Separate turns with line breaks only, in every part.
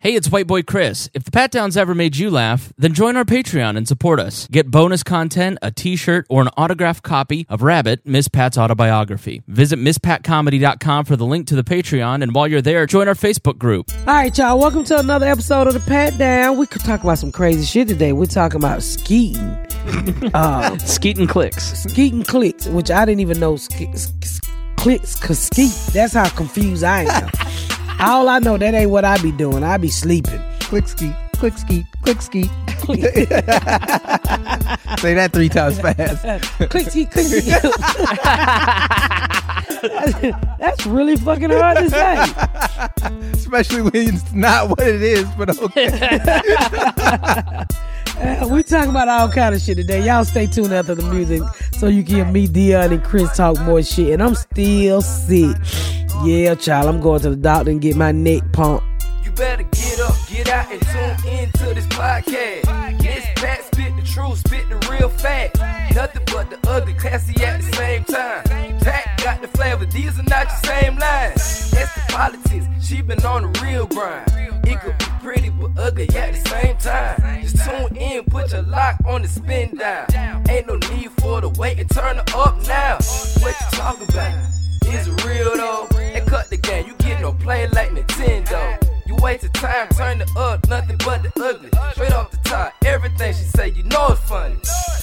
Hey, it's White Boy Chris. If the Pat Downs ever made you laugh, then join our Patreon and support us. Get bonus content, a t shirt, or an autographed copy of Rabbit, Miss Pat's autobiography. Visit MissPatComedy.com for the link to the Patreon, and while you're there, join our Facebook group.
All right, y'all. Welcome to another episode of the Pat Down. We could talk about some crazy shit today. We're talking about skeeting,
Skeeting clicks.
skeeting clicks, which I didn't even know ske- ske- ske- clicks could skeet. That's how confused I am. All I know that ain't what I be doing. I be sleeping.
Click skeet, click skeet, click skeet. Say that three times fast.
Click skeet, click skeet. That's really fucking hard to say.
Especially when it's not what it is, but okay.
Uh, we talking about all kind of shit today. Y'all stay tuned after the music so you can hear me, Dion, and Chris talk more shit. And I'm still sick. Yeah, child, I'm going to the doctor and get my neck pumped.
You better get up, get out, and tune in to this podcast. This Pat spit the truth, spit the real fact. Nothing but the ugly, classy at the same time. Pat got the flavor, these are not your same lines. That's the politics, she been on the real grind. It could be pretty but ugly at the same time. Just tune in, put your lock on the spin down. Ain't no need for the wait and turn her up now. What you talking about? Is it real though? And cut the game, you get no play like Nintendo. You wasted time, turn it up, nothing but the ugly. Straight off the top, everything she say, you know it's funny.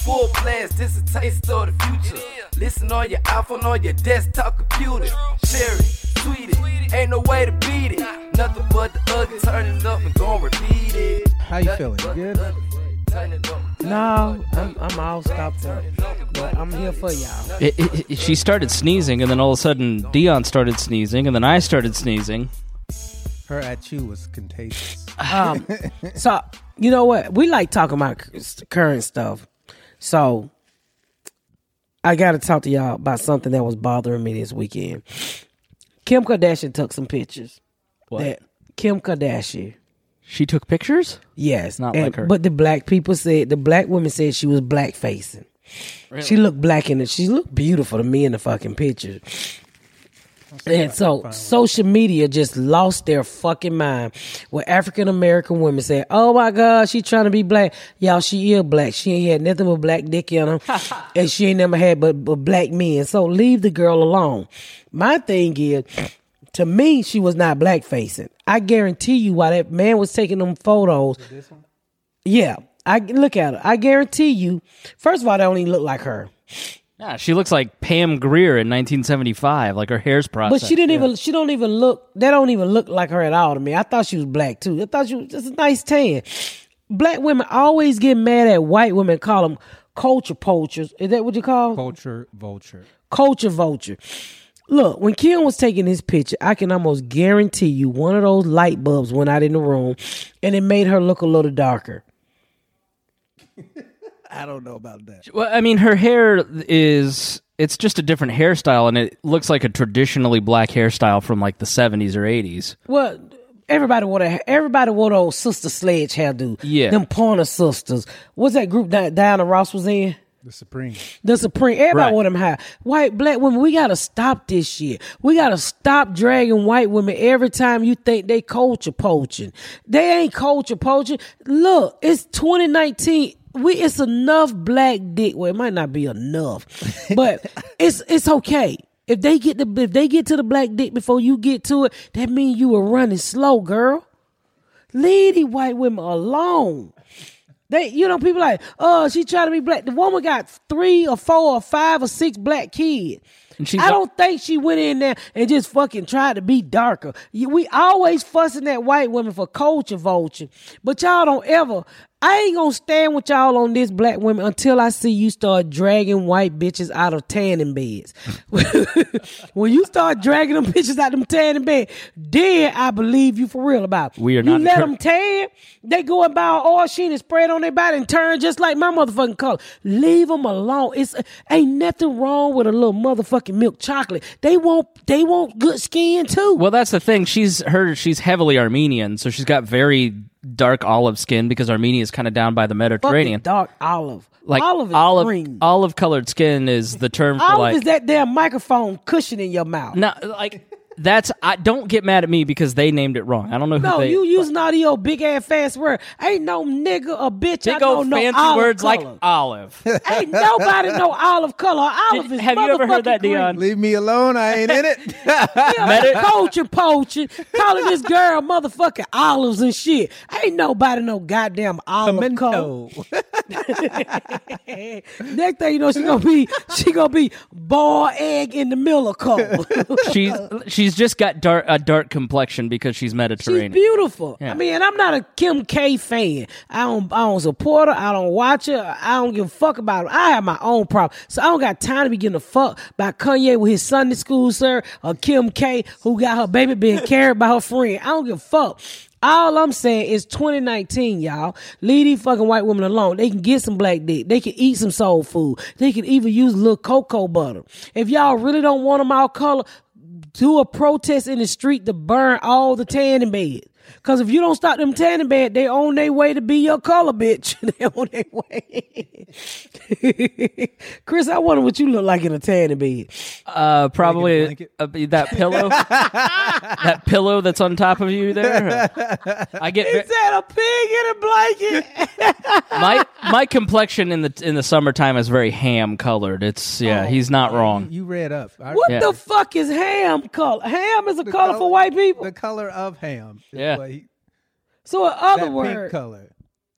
Full blast, this a taste of the future. Listen on your iPhone, on your desktop computer. Share it, tweet it, ain't no way to beat it. Nothing but the ugly, turn it up and gon' repeat it.
How you feeling? Good?
No, I'm, I'm all stopped up. But I'm here for y'all.
It, it, it- she started sneezing, and then all of a sudden, Dion started sneezing, and then I started sneezing.
Her at you was contagious.
Um, so, you know what? We like talking about cur- current stuff. So, I got to talk to y'all about something that was bothering me this weekend. Kim Kardashian took some pictures.
What?
That Kim Kardashian.
She took pictures?
Yes,
not like her.
But the black people said the black women said she was black facing. She looked black in it. She looked beautiful to me in the fucking picture. And so social media just lost their fucking mind. Where African American women said, "Oh my God, she trying to be black, y'all. She is black. She ain't had nothing but black dick in her, and she ain't never had but, but black men. So leave the girl alone." My thing is, to me, she was not black facing. I guarantee you, while that man was taking them photos, yeah, I look at her. I guarantee you. First of all, they don't even look like her.
Yeah, she looks like Pam Greer in 1975. Like her hair's
But
processed.
she didn't even. She don't even look. They don't even look like her at all to me. I thought she was black too. I thought she was just a nice tan. Black women always get mad at white women. Call them culture poachers. Is that what you call?
Vulture, vulture.
culture vulture. Look, when Kim was taking his picture, I can almost guarantee you one of those light bulbs went out in the room and it made her look a little darker.
I don't know about that.
Well, I mean, her hair is. It's just a different hairstyle, and it looks like a traditionally black hairstyle from like the 70s or 80s.
Well, everybody wore that. Everybody wore those sister sledge hairdo.
Yeah.
them Pointer sisters. What's that group that Diana Ross was in?
The Supreme.
The Supreme. Everybody
Right.
wore them high. White, black women. We gotta stop this shit. We gotta stop dragging white women every time you think they culture poaching. They ain't culture poaching. Look, it's 2019. We it's enough black dick. Well, it might not be enough, but it's it's okay. If they get the if they get to the black dick before you get to it, that means you were running slow, girl. Leave these white women alone. They, you know, people like, oh, she trying to be black. The woman got three or four or five or six black kids.
And she's
I don't think she went in there and just fucking tried to be darker. You- We always fussing at white women for culture vulture, but y'all don't ever. I ain't gonna stand with y'all on this black women until I see you start dragging white bitches out of tanning beds. when you start dragging them bitches out them tanning bed, then I believe you for real about. it.
We are
you
not
let
encour-
them tan, they go and buy an oil sheen and spray it on their body and turn just like my motherfucking color. Leave them alone. It's ain't nothing wrong with a little motherfucking milk chocolate. They want they want good skin too.
Well, that's the thing. She's her. She's heavily Armenian, so she's got very dark olive skin because Armenia is kind of down by the
Fucking
Mediterranean.
dark olive,
Like
olive is
olive,
green.
olive colored skin is the term for
Olive
like
is that damn microphone cushion in your mouth.
No, like That's I don't get mad at me because they named it wrong. I don't know who
No,
they.
you using all these old big ass fast word. Ain't no nigga or bitch.
they
I
go
don't know
fancy
olive
words
color.
like olive.
Ain't nobody know olive color. Olive
Did-
is
have you ever heard that,
motherfucking green.
Dion?
Leave me alone. I ain't in it.
Yeah, poaching, poaching, calling this girl motherfucking olives and shit. Ain't nobody no goddamn olive color.
Pimento.
Next thing you know, she gonna be she gonna be boiled egg in the middle of color.
she's she's just got dark a dark complexion because she's
She's
Mediterranean.
beautiful.
Yeah.
I mean, and I'm not a Kim K fan. I don't I don't support her. I don't watch her. I don't give a fuck about her. I have my own problem. So I don't got time to be getting a fuck by Kanye with his Sunday school sir or Kim K who got her baby being carried by her friend. I don't give a fuck. All I'm saying is 2019, y'all. Leave these fucking white women alone. They can get some black dick. They can eat some soul food. They can even use a little cocoa butter. If y'all really don't want them all color, do a protest in the street to burn all the tanning beds. Cause if you don't stop them tanning bed, they on their way to be your color, bitch. they on their way. Chris, I wonder what you look like in a tanning bed.
Uh, probably
blanket.
uh, that pillow, that pillow that's on top of you there. I get
Is that a pig in a blanket?
my my complexion in the in the summertime is very ham colored. It's
Oh,
yeah, he's not wrong.
you read up. I-
What
Yeah.
the fuck is ham color? Ham is a color,
color-
for white people.
The color of ham. is
Yeah.
what he-
so in
That
other
pink
words,
color.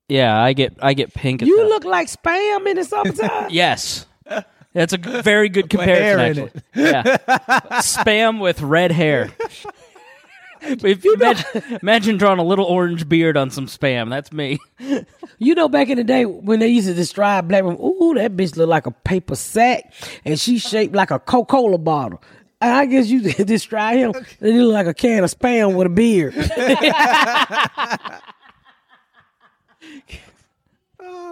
Yeah, I get I get pink. at
you
the-
look like spam in the summertime.
yes. That's a g- very good
hair
comparison.
in
Actually. Yeah, spam with red hair. If you imagine, imagine drawing a little orange beard on some spam, that's me.
You know, back in the day when they used to describe black women, ooh, that bitch look like a paper sack, and she shaped like a Coca-Cola bottle. And I guess you describe him, and he look like a can of spam with a beard.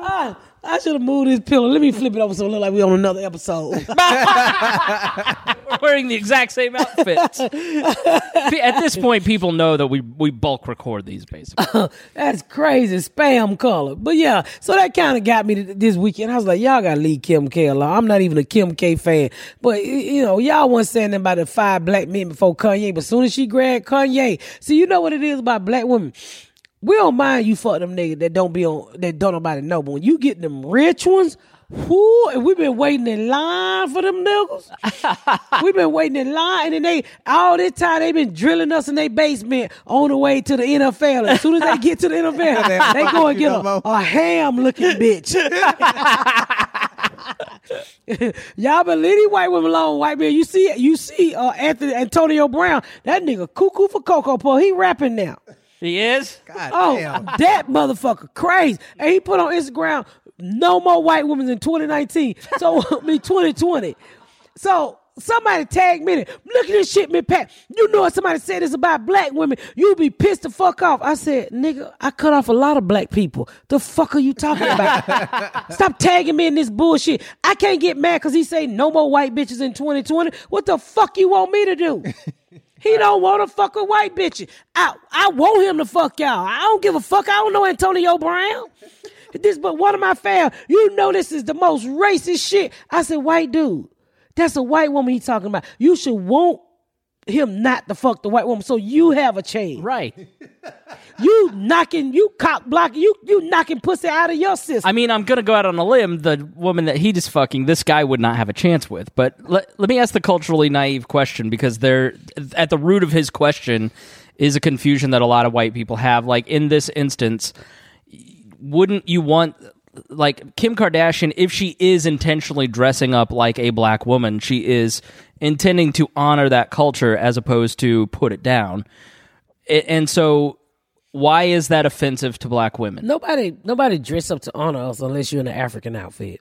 Ah, I should have moved this pillow. Let me flip it over so it look like we on another episode.
We're wearing the exact same outfits. Pe- At this point, people know that we we bulk record these basically.
That's crazy, spam color. But yeah, so that kind of got me th- this weekend. I was like, y'all gotta leave Kim K alone. I'm not even a Kim K fan, but y- you know, y'all wasn't saying nothing about the five black men before Kanye. But soon as she grabbed Kanye, see, you know what it is about black women. We don't mind you fuck them niggas that don't be on that don't nobody know, but when you get them rich ones. Whoo, and we've been waiting in line for them niggas. We've been waiting in line, and then they all this time they been drilling us in their basement on the way to the NFL. As soon as they get to the NFL, they go and get a, a ham looking bitch. Y'all been leaving white women alone, white man. You see, you see, uh, Anthony Antonio Brown, that nigga cuckoo for cocoa puff. He rapping now.
He is.
God
Oh,
damn.
that motherfucker crazy. And he put on Instagram, no more white women in 2019. So, I mean, 2020. So, somebody tagged me. in it. Look at this shit, me, Pat. You know if somebody said this about black women, you be pissed the fuck off. I said, nigga, I cut off a lot of black people. The fuck are you talking about? Stop tagging me in this bullshit. I can't get mad because he say no more white bitches in 2020. What the fuck you want me to do? He don't want to fuck with white bitches. I, I want him to fuck y'all. I don't give a fuck. I don't know Antonio Brown. This but one of my fam. You know this is the most racist shit. I said, white dude. That's a white woman he talking about. You should want him not to fuck the white woman so you have a change.
Right.
You knocking, you cock blocking, you you knocking pussy out of your system.
I mean, I'm gonna go out on a limb. The woman that he just fucking, this guy would not have a chance with. But let let me ask the culturally naive question because they're at the root of his question is a confusion that a lot of white people have. Like in this instance, wouldn't you want like Kim Kardashian if she is intentionally dressing up like a black woman, she is intending to honor that culture as opposed to put it down. A- And so why is that offensive to black women?
nobody nobody dress up to honor us unless you're in an African outfit.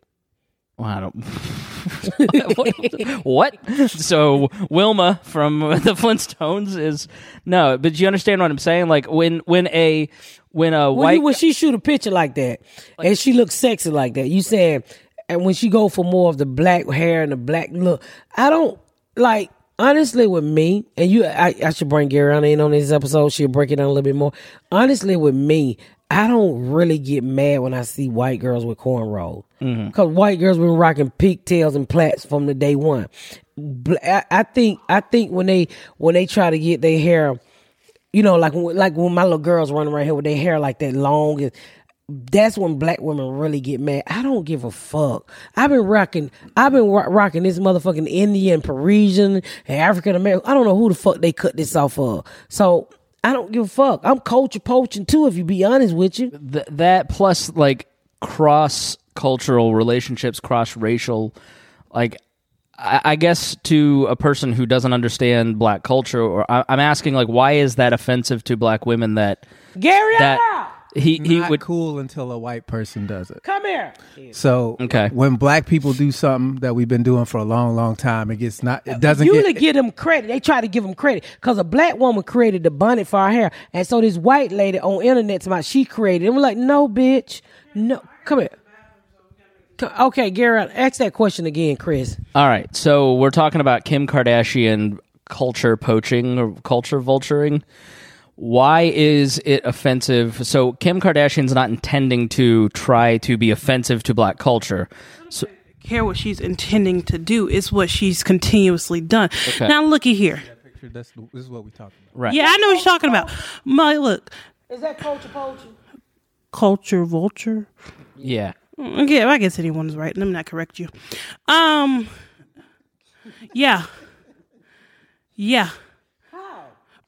Well, I don't. what? what? So Wilma from the Flintstones is no, but you understand what I'm saying? Like when when a when a
when,
white
you, when she shoot a picture like that and she looks sexy like that, you saying, and when she go for more of the black hair and the black look, I don't like honestly with me. And you, I, I should bring Gary on in on this episode. She'll break it down a little bit more. Honestly, with me, I don't really get mad when I see white girls with cornrows because white girls been rocking pigtails and plaits from the day one. bla- I, I think I think when they when they try to get their hair, you know, like when- like when my little girls running around here with their hair like that long and. That's when black women really get mad. I don't give a fuck. I've been rocking, I've been ro- rocking this motherfucking Indian, Parisian, and African American. I don't know who the fuck they cut this off of. So I don't give a fuck. I'm culture poaching too. If you be honest with you,
Th- that plus like cross cultural relationships, cross racial, like I-, I guess to a person who doesn't understand black culture, or I- I'm asking like, why is that offensive to black women that
Gary,
that he he
Not
would
cool until a white person does it.
come here.
So
Okay.
when black people do something that we've been doing for a long, long time, it gets not. It doesn't
you
get.
to give them credit. They try to give them credit because a black woman created the bonnet for our hair, and so this white lady on internet about she created. it. we're like, no, bitch, no, come here. Co- Okay, Gary, ask that question again, Chris.
All right, so we're talking about Kim Kardashian culture poaching or culture vulturing. Why is it offensive? So Kim Kardashian's not intending to try to be offensive to black culture.
care what she's intending to do. It's what she's continuously done. Now looky here.
That's, this is what we talking about.
Right.
Yeah, I know what you're talking about. My look,
Is that culture poacher?
culture vulture.
Yeah.
Okay, I guess anyone's right. Let me not correct you. Um, yeah, yeah.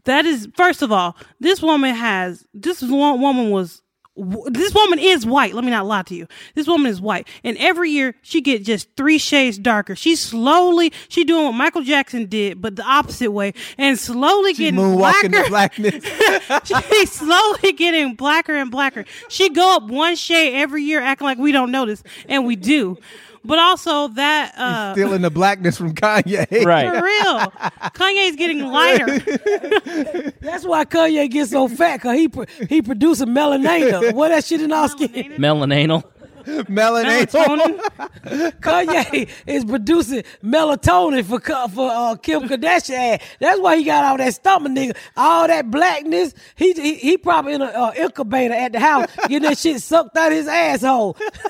That is first of all, this woman has this one woman was w- this woman is white. Let me not lie to you. This woman is white, and every year she get just three shades darker. She slowly she doing what Michael Jackson did, but the opposite way, and slowly getting
Moonwalking
blacker
to blackness.
she's slowly getting blacker and blacker. She go up one shade every year, acting like we don't notice, and we do. But also that uh,
Still in the blackness from Kanye.
for
Right.
real, Kanye's getting lighter.
That's why Kanye gets so fat because he pro- he producing melanina. what that shit in our skin?
Melananal.
Melanin.
Melatonin.
Kanye is producing melatonin for Ka- for uh, Kim Kardashian. That's why he got all that stomach, nigga, all that blackness. He he, he probably in an uh, incubator at the house getting that shit sucked out his asshole. I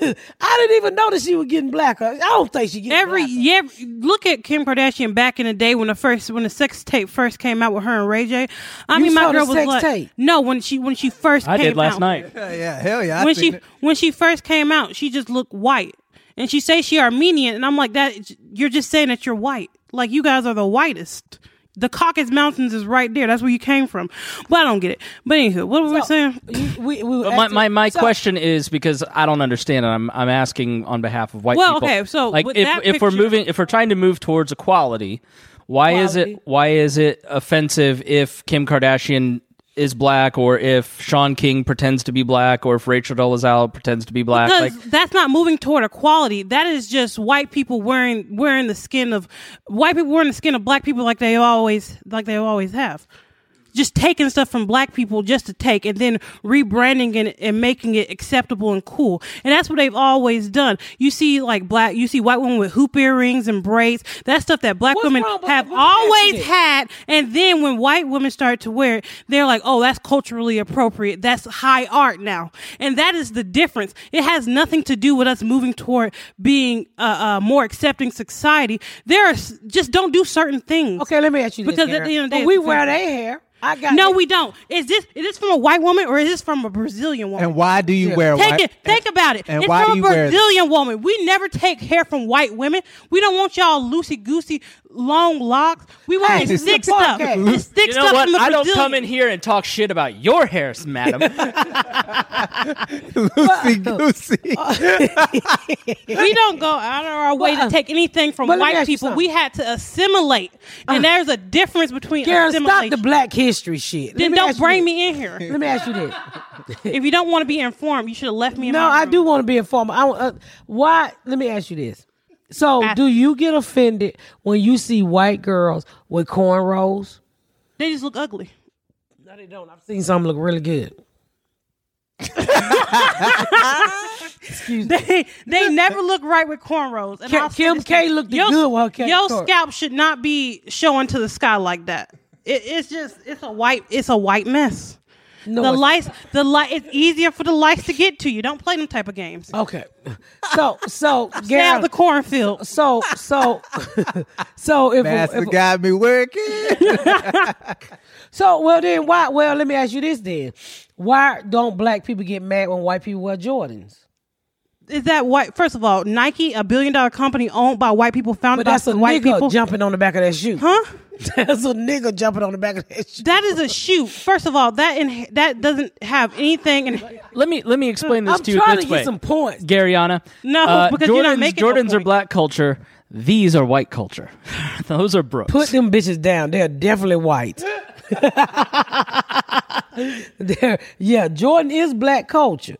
didn't even know that she was getting blacker. I don't think she getting
Every
blacker.
yeah, look at Kim Kardashian back in the day when the first when the sex tape first came out with her and Ray J. I
You
mean,
saw
my
the
girl was
sex
like,
tape?
no, when she when she first
I
came
did last
out.
night.
yeah, hell yeah. I
when
seen
she
it.
when she first came out, she just looked white, and she say she Armenian, and I'm like that. You're just saying that you're white. Like you guys are the whitest. The Caucasus Mountains is right there. That's where you came from. But I don't get it. But anywho, what were we saying?
You- we- we were
But my,
asking-
my, my
so-
question is because I don't understand, and I'm I'm asking on behalf of white
Well,
people.
okay, so
like
with
if
that
if we're
picture-
moving if we're trying to move towards equality, why is
Equality.
it why is it offensive if Kim Kardashian is black or if Sean King pretends to be black or if Rachel Dolezal pretends to be black?
Because
Like
that's not moving toward equality. That is just white people wearing wearing the skin of white people wearing the skin of black people like they always like they always have. Just taking stuff from black people just to take and then rebranding it and making it acceptable and cool. And that's what they've always done. You see like black you see white women with hoop earrings and braids. That's stuff that black
What's
women
wrong with-
have
with
always
that?
had. And then when white women start to wear it, they're like, oh, that's culturally appropriate. That's high art now. And that is the difference. It has nothing to do with us moving toward being a uh, uh, more accepting society. There are s- just don't do certain things.
Okay, let me ask you this,
Because at
Karen.
the end of the day,
But we
it's the
wear
same.
their hair. I got
No,
that-
we don't. Is this is this from a white woman or is this from a Brazilian woman?
And why do you wear
Take
white?
it. Think about it.
and
it's
why do
from a
you wear-
Brazilian woman. We never take hair from white women. We don't want y'all loosy goosey long locks. We want
Hey,
this
this is
thick
the
stuff.
podcast.
This thick
you know
stuff
what?
from the
I don't
Brazilian.
come in here and talk shit about your hairs, madam.
Loosey
Uh,
goosey.
Oh, we don't go out of our way
Well,
to take anything from
Uh-uh. but let me
white
ask you
people.
something.
We had to assimilate, and there's a difference between
Karen, stop
assimilation.
the black history shit. Let
then
me
don't
ask you
bring
this.
me in here.
Let me ask you this.
if you don't want to be informed, you should have left me. in
No,
my
I
room.
do want to be informed. I, want- uh, why? Let me ask you this. So, do you get offended when you see white girls with cornrows?
They just look ugly.
No, they don't. I've seen some look really good.
They they never look right with cornrows. And
Kim-
I'll say
Kim
this
K
thing.
looked
Your-
good with her cat
Your
car.
scalp should not be showing to the sky like that. It, it's just it's a white it's a white mess.
No,
the
it's-
lice, the lice, it's easier for the lice to get to you. Don't play them type of games.
Okay. So so
Now
Gary,
the cornfield.
so so so if,
Master
if
got me working.
so well then why well let me ask you this then why don't black people get mad when white people wear Jordans?
Is that white? First of all, Nike, a billion dollar company owned by white people, founded
But that's
by
a
white
nigga
people.
jumping on the back of that shoe.
huh?
That's a nigga jumping on the back of that shoe.
That is a shoot. First of all, that in, that doesn't have anything. In,
Let me let me explain this
I'm
to you
trying
this
to
way.
get some points.
Garyana.
No,
uh,
because
Jordans,
you're not making no
Jordans are
point.
black culture. These are white culture. Those are Brooks.
Put them bitches down. They're definitely white. They're, yeah, Jordan is black culture.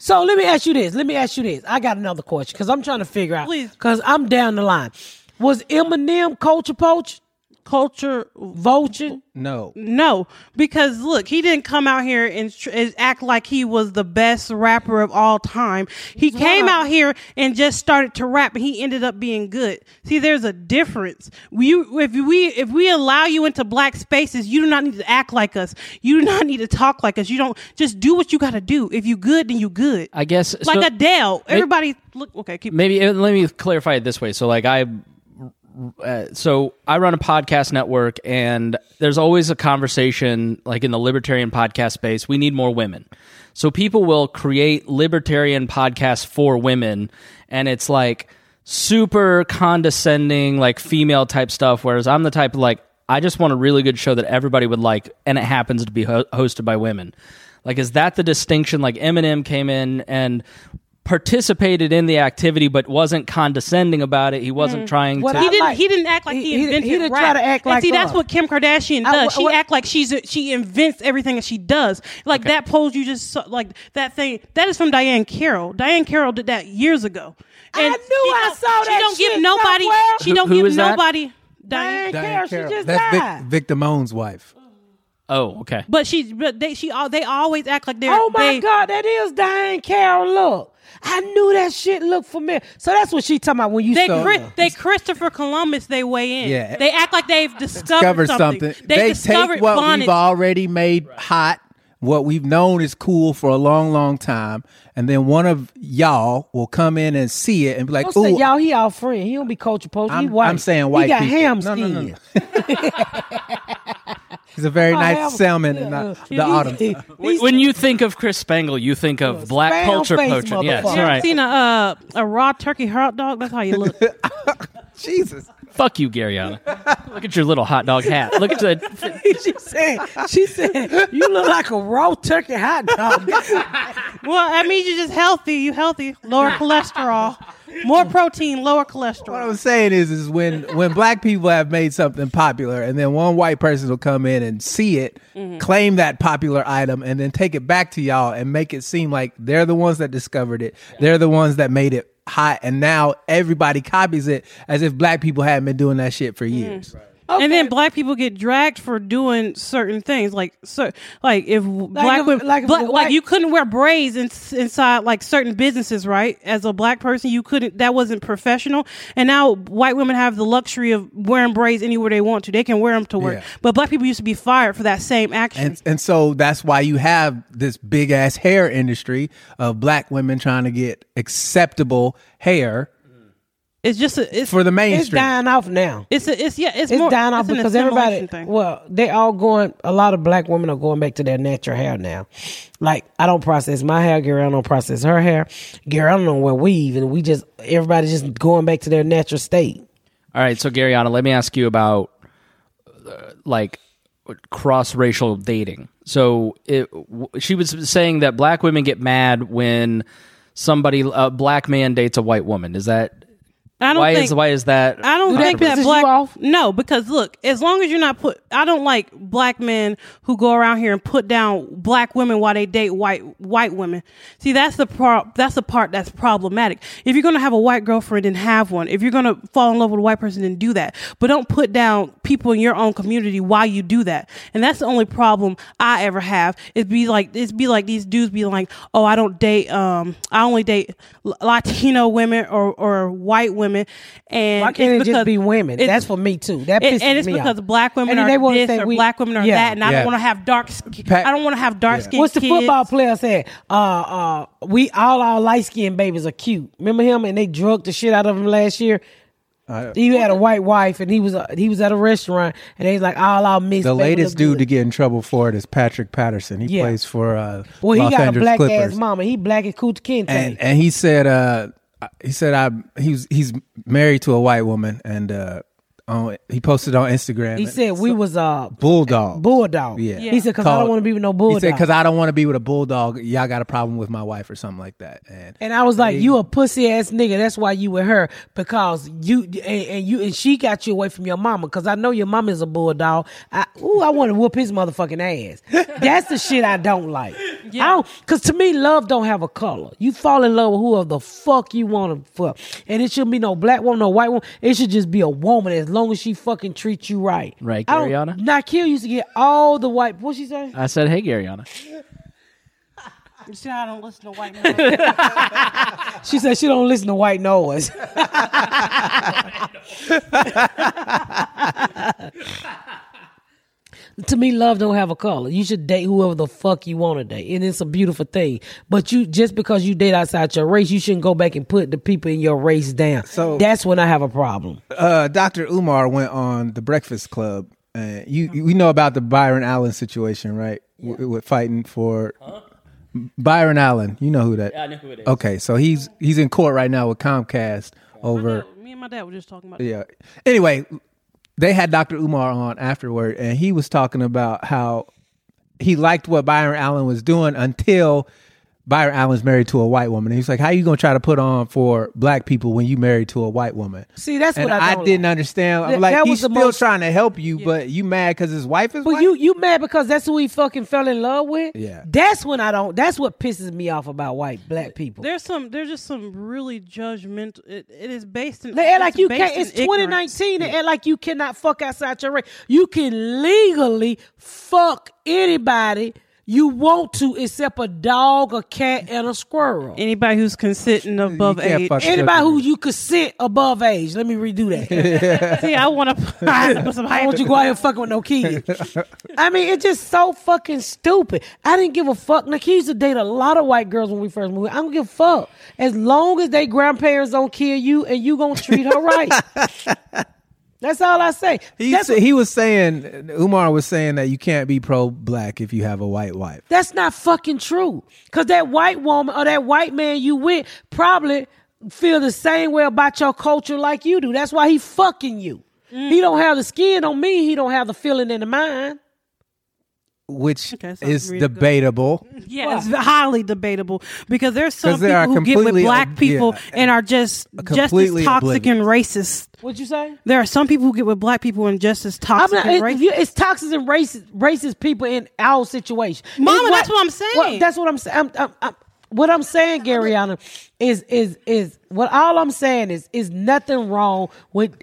So let me ask you this. Let me ask you this. I got another question because I'm trying to figure out.
Please.
Because I'm down the line. Was Eminem culture poach? Culture vulture?
no.
no, because look, he didn't come out here and, tr- and act like he was the best rapper of all time. He came out here and just started to rap, and he ended up being good. See, there's a difference. We, if we if we allow you into black spaces, you do not need to act like us. You do not need to talk like us. You don't just do what you got to do. If you good, then you good.
I guess
like
so-
Adele, everybody look okay. Keep
maybe uh, let me clarify it this way. So like I, uh, so I run a podcast network, and there's always a conversation like in the libertarian podcast space. We need more women, so people will create libertarian podcasts for women, and it's like super condescending, like female type stuff. Whereas I'm the type of like I just want a really good show that everybody would like, and it happens to be ho- hosted by women. Like, is that the distinction? Like Eminem came in and participated in the activity but wasn't condescending about it. He wasn't trying
Mm. What
to
he
I
didn't.
like-
he didn't act like he,
he- he-
invented
he didn't
rap.
try to act
And
like
see, that's
us.
what Kim Kardashian
I-
does.
wh-
she
what-
act like she's a, she invents everything that she does. Like that pose you just saw, like that thing. That is from Diane Carroll. Diane Carroll did that years ago.
I knew I
don't-
saw
She
that
don't
shit
give nobody.
somewhere.
She don't
Who- who
give
is that?
nobody. Diane.
Diane Carroll, she just
That's
died.
Vic, Victor Moan's wife.
Oh, okay.
But she, but they, she, all they always act like they're.
Oh my
they,
God, that is Diane Carroll. Look, I knew that shit looked familiar. So that's what she talking about when you
They,
saw.
Chris, they Christopher Columbus. They weigh in.
Yeah.
They act like they've discovered,
Discover something.
They, discovered
take what
bonnets.
we've already made hot, what we've known is cool for a long, long time, and then one of y'all will come in and see it and be like,
Don't say
"Ooh,
y'all, he our friend. He don't be culture poach. He
I'm-
white.
I'm saying white
He got
people.
ham
No,
skin.
no, no, no. he's a
Oh,
very nice
ham-
salmon in the, the autumn."
These-
when you think of Chris Spangle, you think of black
spam
culture
face
poaching. Yes,
motherfucker.
You ever
right.
seen a uh, a raw turkey hot dog? That's how you look.
Jesus,
Fuck you, Garyana. Look at your little hot dog hat. Look at the
she said, she said, you look like a raw turkey hot dog.
Well, that means you're just healthy. You healthy. Lower cholesterol. More protein, lower
what
cholesterol.
I'm saying is, is when when black people have made something popular, and then one white person will come in and see it,
Mm-hmm.
claim that popular item, and then take it back to y'all and make it seem like they're the ones that discovered it, they're the ones that made it hot, and now everybody copies it as if black people hadn't been doing that shit for
Mm-hmm.
years.
And then black people get dragged for doing certain things, like so, like if black
if-
women,
like
like,
if
black,
a white-
like you couldn't wear braids in, inside like certain businesses, right? As a black person, you couldn't. That wasn't professional. And now white women have the luxury of wearing braids anywhere they want to. They can wear them to work.
Yeah.
But black people used to be fired for that same action.
And and so that's why you have this big ass hair industry of black women trying to get acceptable hair
it's just a, it's
for the
It's
mainstream.
dying off now.
It's a, it's yeah, it's,
It's
more,
dying off
it's an
because
assimilation
everybody.
Thing.
Well, they all going. A lot of black women are going back to their natural hair now. Like I don't process my hair. Gary, I don't process her hair. Gary, I don't know where weave, and we just everybody just going back to their natural state.
All right, so Garyana, let me ask you about uh, like cross racial dating. So it, w- she was saying that black women get mad when somebody a black man dates a white woman. Is that
I don't
why
think
is why is that?
I don't
Do they
think that
piss you
black.
off?
No, because look, as long as you're not put, I don't like black men who go around here and put down black women while they date white white women. See, that's the part. That's the part that's problematic. If you're gonna have a white girlfriend, then have one. If you're gonna fall in love with a white person, then do that. But don't put down people in your own community while you do that. And that's the only problem I ever have. It be like it's be like these dudes be like, oh, I don't date. Um, I only date L- Latino women or or white women women, and
Why can't
it's
it just
because-
be women?
it's-
That's for me too. That pisses
and, and it's
me
because
off.
black
And
women are
they wanna
this
say
or
we-
black women are
Yeah.
that, and I
Yeah.
don't want to have dark. Skin,
Pat-
I don't want to have dark skin.
What's the football player said? Uh, uh, we all our light skinned babies are cute. Remember him? And they drugged the shit out of him last year. He had a white wife, and he was uh, he was at a restaurant, and they was like all our mixed.
The
babies
latest
look
dude to
good."
get in trouble for it is Patrick Patterson. He
Yeah.
plays for uh,
well, he
Los
got
Angeles
a black
Clippers.
ass mama. He black as Kuta Kente.
and and he said uh he said I he was he's married to a white woman and uh on he posted on Instagram
he said we was uh
bulldog
bulldog.
Yeah.
He said because I don't
Called-
want to be with no
He
bulldog.
said because I don't want to be with a bulldog y'all got a problem with my wife or something like that and
And I was like, "You a pussy ass nigga. That's why you with her because you and, and you and she got you away from your mama. Because I know your mama is a bulldog. I, ooh, I want to whoop his motherfucking ass. That's the shit I don't like. I don't because to me, love don't have a color. You fall in love with whoever the fuck you want to fuck, and it shouldn't be no black woman, no white woman. It should just be a woman as long as she fucking treats you right.
Right,
I don't-
Garyana?
Nakia used to get all the white. What she say?
I said, "Hey, Garyana."
You see, I don't listen to white noise.
She said she don't listen to white noise. to me, love don't have a color. You should date whoever the fuck you want to date, and it's a beautiful thing. But you just because you date outside your race, you shouldn't go back and put the people in your race down.
So-
that's when I have a problem.
uh Dr. Umar went on the Breakfast Club and you you know about the Byron Allen situation right with, with fighting for Byron Allen you know who that
I know who it is.
okay so he's he's in court right now with Comcast over
Me and my dad were just talking about.
Yeah. Anyway, they had Dr. Umar on afterward, and he was talking about how he liked what Byron Allen was doing until Byron Allen's married to a white woman. And he's like, "How you gonna try to put on for black people when you married to a white woman?"
See, that's
and
what I,
I,
don't
didn't
Like.
understand. I'm
That-
like,
that
he's
was the
still
most-
trying to help you, but you mad because his wife is.
But
white?
you you mad because that's who he fucking fell in love with?
Yeah.
That's when I don't. That's what pisses me off about white black people.
There's some. There's just some really judgmental. It, it is based in.
They act like
it's
you
based
can't.
in
It's
ignorance.
2019. They act like you cannot fuck outside your race. You can legally fuck anybody you want to, except a dog, a cat, and a squirrel.
Anybody who's consenting above
can't
age.
fuck
Anybody who you consent above age. Let me redo that.
See, I want to. I put some
I
hype
want you to go out here fucking with no kids. I mean, it's just so fucking stupid. I didn't give a fuck. Nikia used to date a lot of white girls when we first moved. I don't give a fuck. As long as they grandparents don't kill you and you gonna treat her right. That's all I say.
He,
That's
sa- he was saying Umar was saying that you can't be pro black if you have a white wife.
That's not fucking true. Cause that white woman or that white man you with probably feel the same way about your culture like you do. That's why he fucking you. He don't have the skin on me. He don't have the feeling in the mind.
Which
Okay, sounds
is
really good.
debatable.
Yeah, it's highly debatable because there's some
'Cause there are
people who get with
completely
black
ob-
people
yeah,
and are just just as
completely
toxic and racist.
What'd you say?
There are some people who get with black people and just as
I'm
toxic
not,
and
it,
racist.
you- it's toxic and racist, racist people in our situation.
Mama,
It's
that's what I'm saying.
well, that's what I'm saying. I'm, I'm, I'm, what I'm saying, Garyana, is is is what all I'm saying is is nothing wrong with.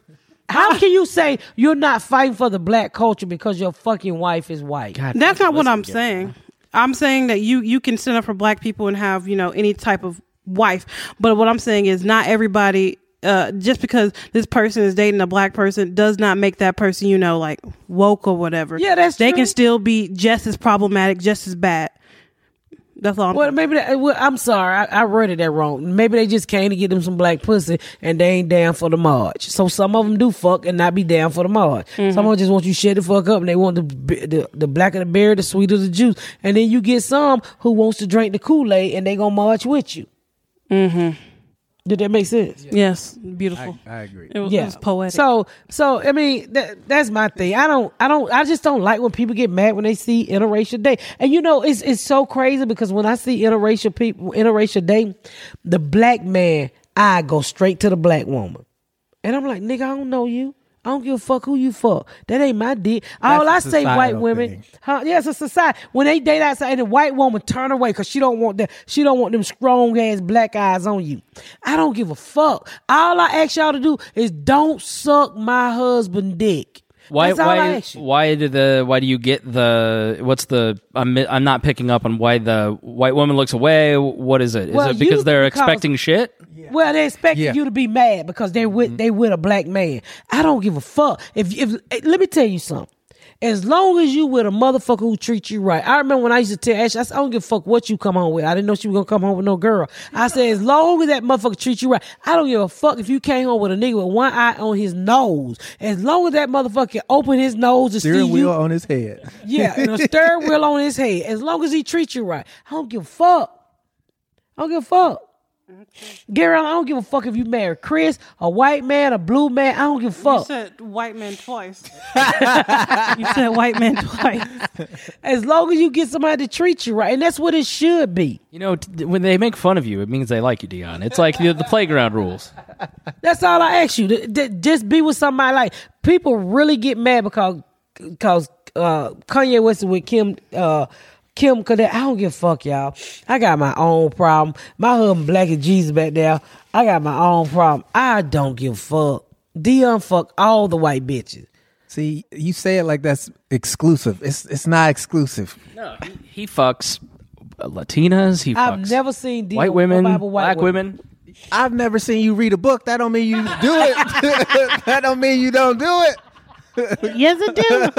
How can you say you're not fighting for the black culture because your fucking wife is white?
That's not what I'm saying. I'm saying that you you can stand up for black people and have you know any type of wife, but what I'm saying is not everybody. Uh, just because this person is dating a black person does not make that person you know like woke or whatever.
Yeah, that's
they
true.
can still be just as problematic, just as bad. That's all. I'm
Well, maybe that, well, I'm sorry, I, I worded that wrong. Maybe they just came to get them some black pussy and they ain't down for the march. So some of them do fuck and not be down for the march. Some of them just want you shut the fuck up and they want the b- the, the black of the berry, the sweet of the juice. And then you get some who wants to drink the Kool Aid and they gonna march with you. Mm-hmm. Did that make sense?
Yes, beautiful.
I agree.
it, was, it was poetic.
So, so I mean, that, that's my thing. I don't, I don't, I just don't like when people get mad when they see interracial date. And you know, it's it's so crazy because when I see interracial people, interracial dating, the black man, I go straight to the black woman, and I'm like, nigga, I don't know you. I don't give a fuck who you fuck. That ain't my dick. All I
That's a
say, white
societal
women,
thing.
huh? Yeah, it's a society. When they date outside, and the white woman turn away because she don't want that. She don't want them strong ass black eyes on you. I don't give a fuck. All I ask y'all to do is don't suck my husband dick.
Why?
That's all
why?
I ask you.
Why do the? Why do you get the? What's the? I'm I'm not picking up on why the white woman looks away. What is it? Is
Well,
it because
you-
they're
because-
expecting shit?
Well, they expected
Yeah. Mm-hmm.
you to be mad because they with they with a black man. I don't give a fuck. If if eh, let me tell you something. As long as you with a motherfucker who treats you right. I remember when I used to tell Ashley, I said, I don't give a fuck what you come home with. I didn't know she was gonna come home with no girl. I said, as long as that motherfucker treats you right, I don't give a fuck if you came home with a nigga with one eye on his nose. As long as that motherfucker can open his nose to see
Steering
you.
wheel on his head.
Yeah, and a steering wheel on his head. As long as he treats you right, I don't give a fuck. I don't give a fuck. Gary, I don't give a fuck if you married Chris, a white man, a blue man. I don't give a
You
fuck.
said white man twice. you said white man twice.
As long as you get somebody to treat you right, and that's what it should be.
You know, t- when they make fun of you, it means they like you, Dion. It's like the, the playground rules.
That's all I ask you. Th- th- Just be with somebody. Like people really get mad because because uh, Kanye West is with Kim uh, Kim Kardashian. I don't give a fuck, y'all. I got my own problem. My husband Black and Jesus back there. I got my own problem. I don't give a fuck. Dion fuck all the white bitches.
See, you say it like that's exclusive. It's it's not exclusive.
No, he, he fucks Latinas. He
I've
fucks
never seen Dion
white women,
nobody but
black women.
I've never seen you read a book. That don't mean you do it. that don't mean you don't do it.
Yes, it do.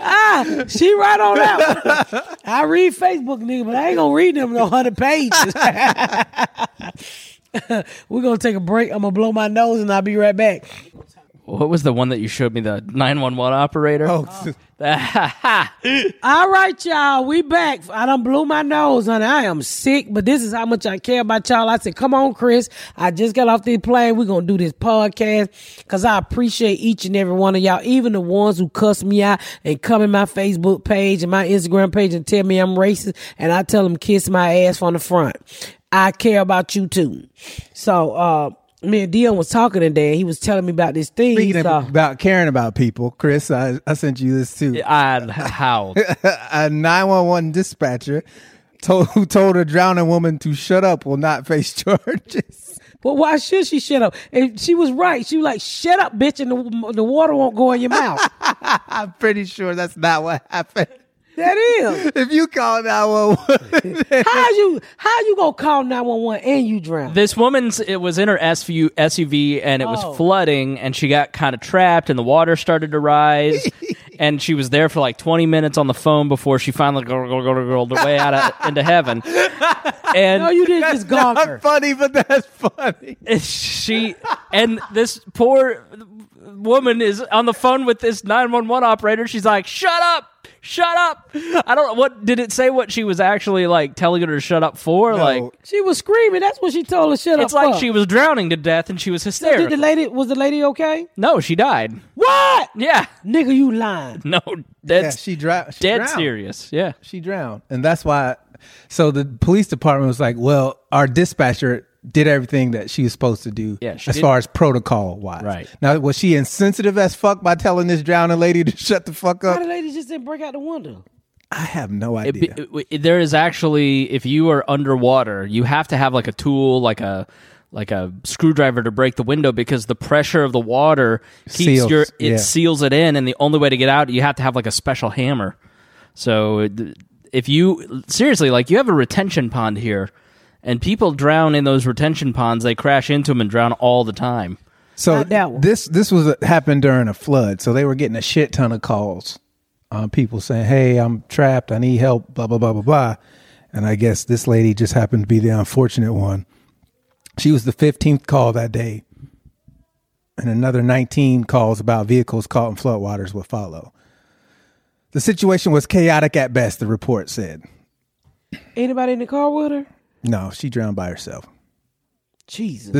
Ah, she right on that. one. I read Facebook, nigga, but I ain't gonna read them no hundred pages. We're gonna take a break. I'm gonna blow my nose and I'll be right back.
What was the one that you showed me? The nine one one operator.
Oh,
All right, y'all, we back. I done blew my nose, honey. I am sick, but this is how much I care about y'all. I said, come on, Chris. I just got off the plane. We're gonna do this podcast. Cause I appreciate each and every one of y'all, even the ones who cuss me out and come in my Facebook page and my Instagram page and tell me I'm racist. And I tell them kiss my ass from the front. I care about you too. So uh me and Dion was talking today and he was telling me about this thing. he
Speaking
saw.
of, about caring about people, Chris, I, I sent you this too.
I howled.
A 911 dispatcher told, who told a drowning woman to shut up will not face charges.
Well, why should she shut up? And she was right. She was like, "Shut up, bitch," and the, the water won't go in your mouth.
I'm pretty sure that's not what happened.
that is
If you call 911,
how you how you gonna call nine one one and you drown.
This woman's it was in her SVU, SUV and it
Oh.
was flooding and she got kind of trapped and the water started to rise and she was there for like 20 minutes on the phone before she finally go go go go the way out of, into heaven. And
no, you didn't just gong her.
not funny, but that's funny.
she and this poor woman is on the phone with this 911 operator. She's like, "Shut up. Shut up." I don't know what did it say what she was actually like telling her to shut up for like
No.
She was screaming. That's what she told her. Shut up.
it's like
fuck."
she was drowning to death and she was
Did the
hysterical.
lady was the lady okay?
No, she died.
What
Yeah.
nigga? You lying?
No,
Yeah,
that's
she, dra- she
dead
drowned.
serious. Yeah.
she drowned and that's why so the police department was like well our dispatcher did everything that she was supposed to do
Yeah, she
as
did-
far as protocol wise
Right.
now was she insensitive as fuck by telling this drowning lady to shut the fuck
Why the
up
lady just didn't break out the window?
i have no
It be-
idea
it- there is actually, if you are underwater, you have to have like a tool, like a like a screwdriver to break the window because the pressure of the water keeps
Seals,
your it
yeah.
seals it in, and the only way to get out, you have to have like a special hammer. So it- if you seriously like, you have a retention pond here. And people drown in those retention ponds. They crash into them and drown all the time.
so
Not that one.
this this was happened during a flood so they were getting a shit ton of calls um, people saying hey i'm trapped i need help blah blah blah blah blah and i guess this lady just happened to be the unfortunate one she was the 15th call that day and another 19 calls about vehicles caught in floodwaters will follow. The situation was chaotic at best, the report said.
Anybody in the car with her?
No, she drowned by herself.
Jesus.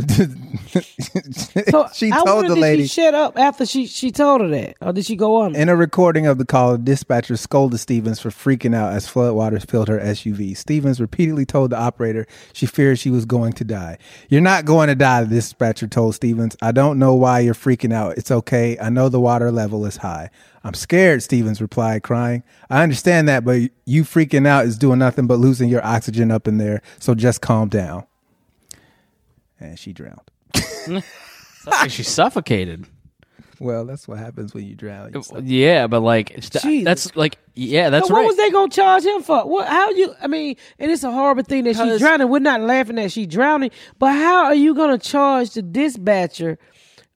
So
she
I
told
wonder
the
did
lady
she shut up after she she told her that, or did she go on?
in a recording of the call, the dispatcher scolded Stevens for freaking out as floodwaters filled her SUV. Stevens repeatedly told the operator she feared she was going to die. You're not going to die, the dispatcher told Stevens. I don't know why you're freaking out. It's okay. I know the water level is high. I'm scared, Stevens replied, crying. I understand that, but you freaking out is doing nothing but losing your oxygen up in there. So just calm down. And she drowned.
Like she suffocated.
Well, that's what happens when you drown. You suck.
Yeah, but like it's-
Jesus.
that's like yeah, that's
So what
right.
was they gonna charge him for? What? How you? I mean, and it's a horrible thing that she's
'Cause-
drowning. We're not laughing at she drowning, but how are you gonna charge the dispatcher?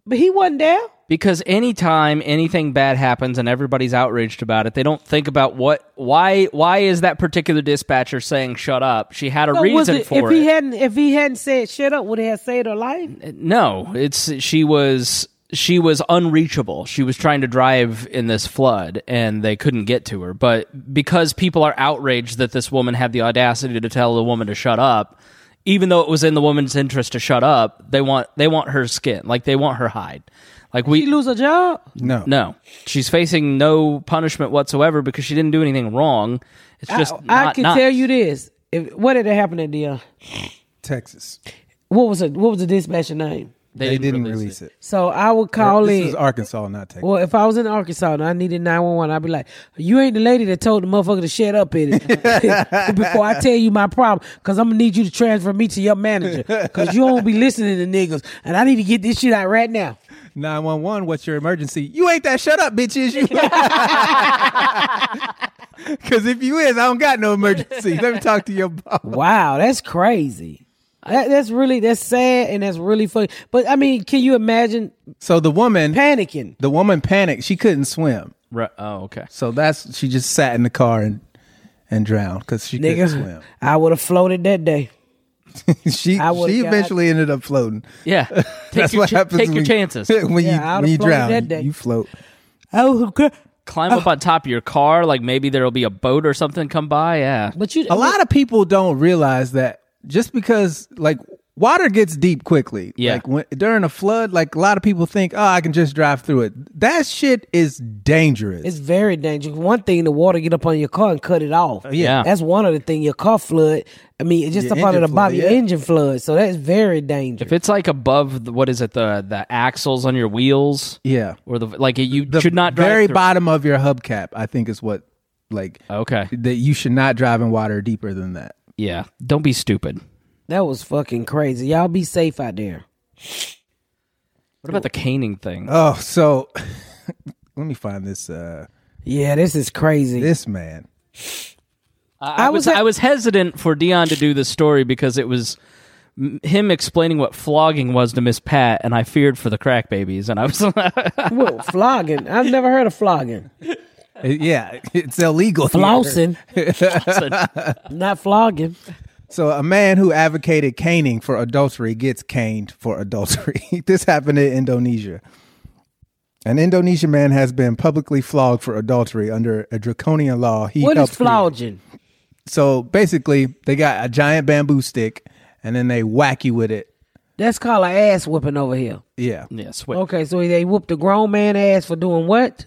But he wasn't there.
because anytime anything bad happens and everybody's outraged about it, they don't think about what why why is that particular dispatcher saying shut up? She had a
So was
reason
it-
for
if
it.
he hadn't, if he hadn't said shut up, would it have saved her life?
no, it's she was she was unreachable. She was trying to drive in this flood and they couldn't get to her. But because people are outraged that this woman had the audacity to tell the woman to shut up, even though it was in the woman's interest to shut up, they want they want her skin, like they want her hide. Like we
He lose a job.
No.
No, she's facing no punishment whatsoever because she didn't do anything wrong. It's just
I, I
not
can
nuts.
tell you this. If, what did it happen at Dion?
Texas.
What was it? What was the dispatcher name?
They,
They didn't release it.
So I would call
This
in.
is Arkansas, not Texas.
Well, if I was in Arkansas and I needed 911, I'd be like, you ain't the lady that told the motherfucker to shut up in it before I tell you my problem because I'm going to need you to transfer me to your manager because you won't be listening to niggas and I need to get this shit out right now.
911, what's your emergency? You ain't that shut up, bitch, is you? Because if you is, I don't got no emergency. Let me talk to your boss.
Wow, that's crazy. That, that's really, that's sad and that's really funny. But I mean, can you imagine
So the woman,
panicking?
the woman panicked. She couldn't swim.
Re- oh, okay.
So that's, she just sat in the car and, and drowned because she couldn't
Nigga,
swim.
I would have floated that day.
She,
I would've
she
got-
eventually ended up floating.
Yeah, take
That's
your
what
cha-
happens
Take
when
your
you-
chances.
when
Yeah, I would've
you, when you
floated that
drown,
day.
you float.
Oh,
Climb up on top of your car. Like maybe there'll be a boat or something come by. Yeah.
but you,
a lot of people don't realize that just because like water gets deep quickly
Yeah.
like when, during a flood like a lot of people think oh i can just drive through it that shit is dangerous
It's very dangerous. One thing, the water get up on your car and cut it off.
yeah.
that's one of the thing. Your car flood. I mean, it's just
Uh, Your
up under the
engine
bottom.
flood,
Your
yeah.
engine flood. So that's very dangerous.
If it's like above the, what is it the the axles on your wheels
yeah
or the like you
the
should not drive
very
through. Uh,
bottom of your hubcap i think is what like
Okay.
that you should not drive in water deeper than that
Yeah. Don't be stupid.
That was fucking crazy. Y'all be safe out there.
What about the caning thing?
oh so let me find this uh
Yeah, this is crazy.
this man
I, I was,
was at-
I was hesitant for Dion to do this story because it was m- him explaining what flogging was to Miss Pat, and I feared for the crack babies, and I was
Whoa, flogging. I've never heard of flogging.
Uh, yeah it's illegal here.
Flossing, not flogging.
So a man who advocated caning for adultery gets caned for adultery. this happened in Indonesia. An Indonesian man has been publicly flogged for adultery under a draconian law. He
What is
helped create.
flogging?
So basically, they got a giant bamboo stick, and then they whack you with it.
That's called an ass whipping over here.
Yeah.
yes, wait.
Okay, so they whooped a grown man ass for doing what?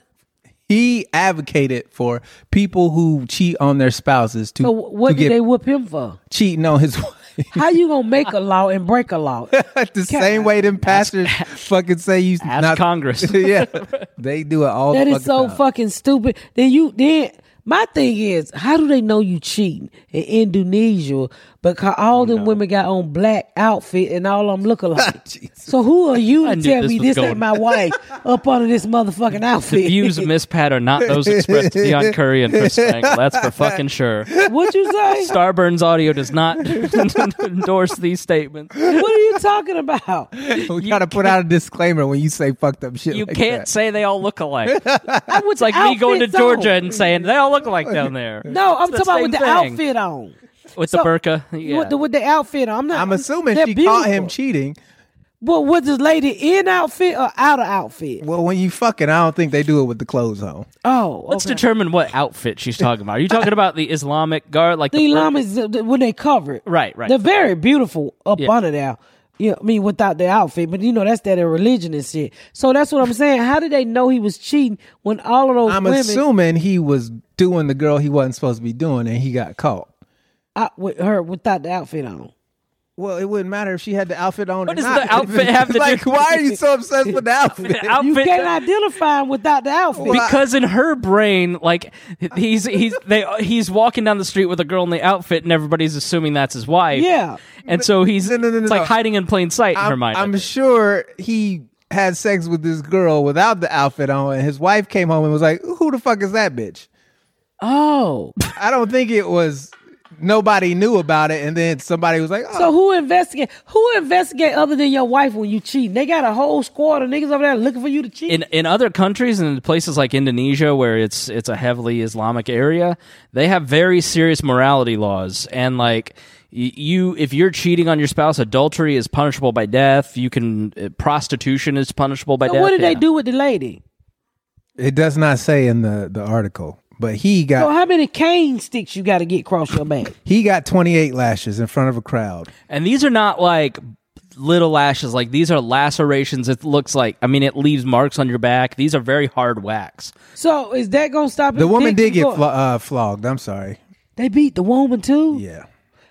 He advocated for people who cheat on their spouses to,
So
to
wh- what did
get
they whoop him for?
cheating on his wife.
How you gonna make a law and break a law?
the same way them pastors fucking say you
ask Congress.
yeah, they do it all.
That
the
is so
time.
fucking stupid. Then you then my thing is, how do they know you cheating in Indonesia? Because all them women got on black outfit and all them look alike. so who are you
I
to
knew
tell
this
me
was
this ain't
going-
my wife up under this motherfucking outfit?
The views of Miss Pat are not those expressed to Dion Curry and Chris Spangle. That's for fucking sure.
what you say?
Starburns Audio does not endorse these statements.
What are you talking about?
We gotta put out a disclaimer when you say fucked up shit.
You
like
can't
that.
say they all look alike.
I was
It's like me going to Georgia and saying they all look alike down there.
No, I'm
It's the
talking about with the
same
outfit
thing.
on.
with
so-
the burqa. Yeah.
With, the, with the outfit on. I'm not.
I'm assuming
they're
she caught him
beautiful.
cheating.
But was this lady in outfit or out of outfit?
Well, when you fucking, I don't think they do it with the clothes on.
Oh,
Let's
okay.
determine what outfit she's talking about. Are you talking about the Islamic guard, like
the
the burqa?
llamas uh, th- when they cover it.
Right, right.
They're very beautiful up
Yeah.
under there. You know, I mean, without their outfit, but you know that's their religion and shit. So that's what I'm saying. How did they know he was cheating when all of those
I'm
women
assuming he was doing the girl he wasn't supposed to be doing, and he got caught.
out with her without the outfit on?
Well, it wouldn't matter if she had the outfit on.
What
or
does
not.
the outfit have to
like,
do-
why are you so obsessed with the outfit?
You
outfit
can't identify him without the outfit.
because in her brain, like he's he's they he's walking down the street with a girl in the outfit, and everybody's assuming that's his wife.
yeah,
and so he's
No, no, no, no,
it's like
no.
hiding in plain sight in her
I'm,
mind.
I'm sure he had sex with this girl without the outfit on, and his wife came home and was like, "Who the fuck is that bitch?"
Oh,
I don't think it was. Nobody knew about it, and then somebody was like, "Oh,
so who investigate? Who investigate other than your wife when you cheat? They got a whole squad of niggas over there looking for you to cheat.
in in other countries and in places like Indonesia where it's it's a heavily Islamic area, they have very serious morality laws and like y- you if you're cheating on your spouse adultery is punishable by death you can uh, prostitution is punishable by
so
death
what did they
yeah.
do with the lady?
It does not say in the the article, but he got
So how many cane sticks you got to get across your back?
he got 28 lashes in front of a crowd.
and these are not like little lashes like these are lacerations it looks like i mean it leaves marks on your back these are very hard whacks
So is that gonna stop?
The
his
woman
dick
did get
from
flo-
going-
uh, flogged. I'm sorry.
They beat the woman too.
Yeah.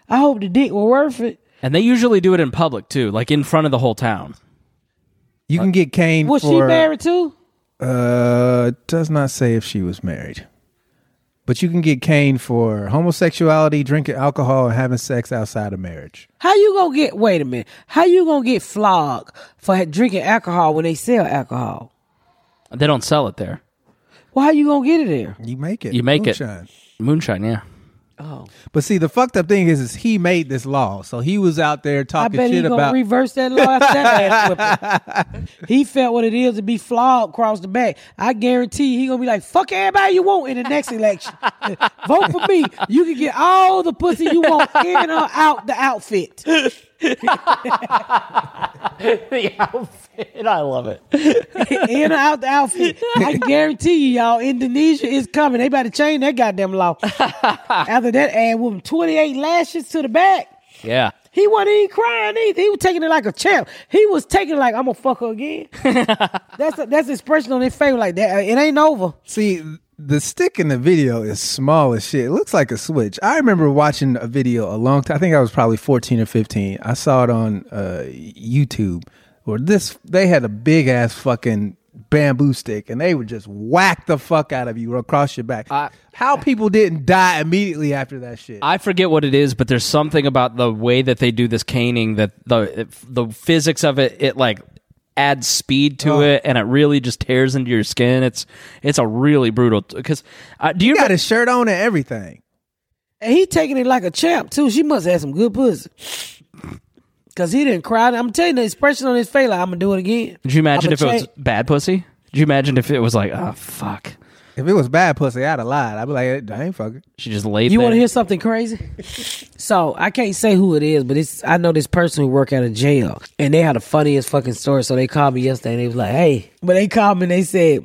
I hope the dick were worth it.
and they usually do it in public too like in front of the whole town
You can get caned
Was
for
she married too?
Uh, it does not say if she was married. But you can get caned for homosexuality, drinking alcohol, and having sex outside of marriage.
How you gonna get? Wait a minute. How you gonna get flogged for drinking alcohol when they sell alcohol?
they don't sell it there
Well, how you gonna get it there?
You make it.
You make it.
Moonshine.
moonshine yeah
But see, the fucked up thing is, is he made this law, so he was out there
I
talking
bet he
shit
gonna
about.
reverse that law after that ass whipping. He felt what it is to be flogged across the back. I guarantee he gonna be like, "Fuck everybody you want in the next election. Vote for me. You can get all the pussy you want in or out the outfit."
the outfit. I love it.
in or out the outfit. I guarantee you, y'all, Indonesia is coming. They about to change that goddamn law. After that, add woman 28 lashes to the back.
Yeah.
He wasn't even crying either. He was taking it like a champ. He was taking it like, I'm gonna fuck her again. that's a, that's expression on his face like that. It ain't over.
See, the stick in the video is small as shit. It looks like a switch. I remember watching a video a long time. I think I was probably 14 or 15. I saw it on uh, YouTube where this they had a big ass fucking bamboo stick and they would just whack the fuck out of you across your back. How people didn't die immediately after that shit.
I forget what it is, but there's something about the way that they do this caning that the the physics of it it like adds speed
Oh.
to it and it really just tears into your skin. It's it's a really brutal because uh, do you
he got
remember-
his shirt on and everything.
And he taking it like a champ too. She must have some good pussy. Cause he didn't cry. I'm telling you, the expression on his face like, I'm gonna do it again.
Did you imagine
I'ma
if it was
change-
bad pussy? Did you imagine if it was like oh fuck?
If it was bad pussy, I'd have lied. I'd be like, I ain't fucking.
She just laid.
You
there.
want to hear something crazy? so I can't say who it is, but it's I know this person who work at a jail, and they had the funniest fucking story. So they called me yesterday, and they was like, "Hey," but they called me and they said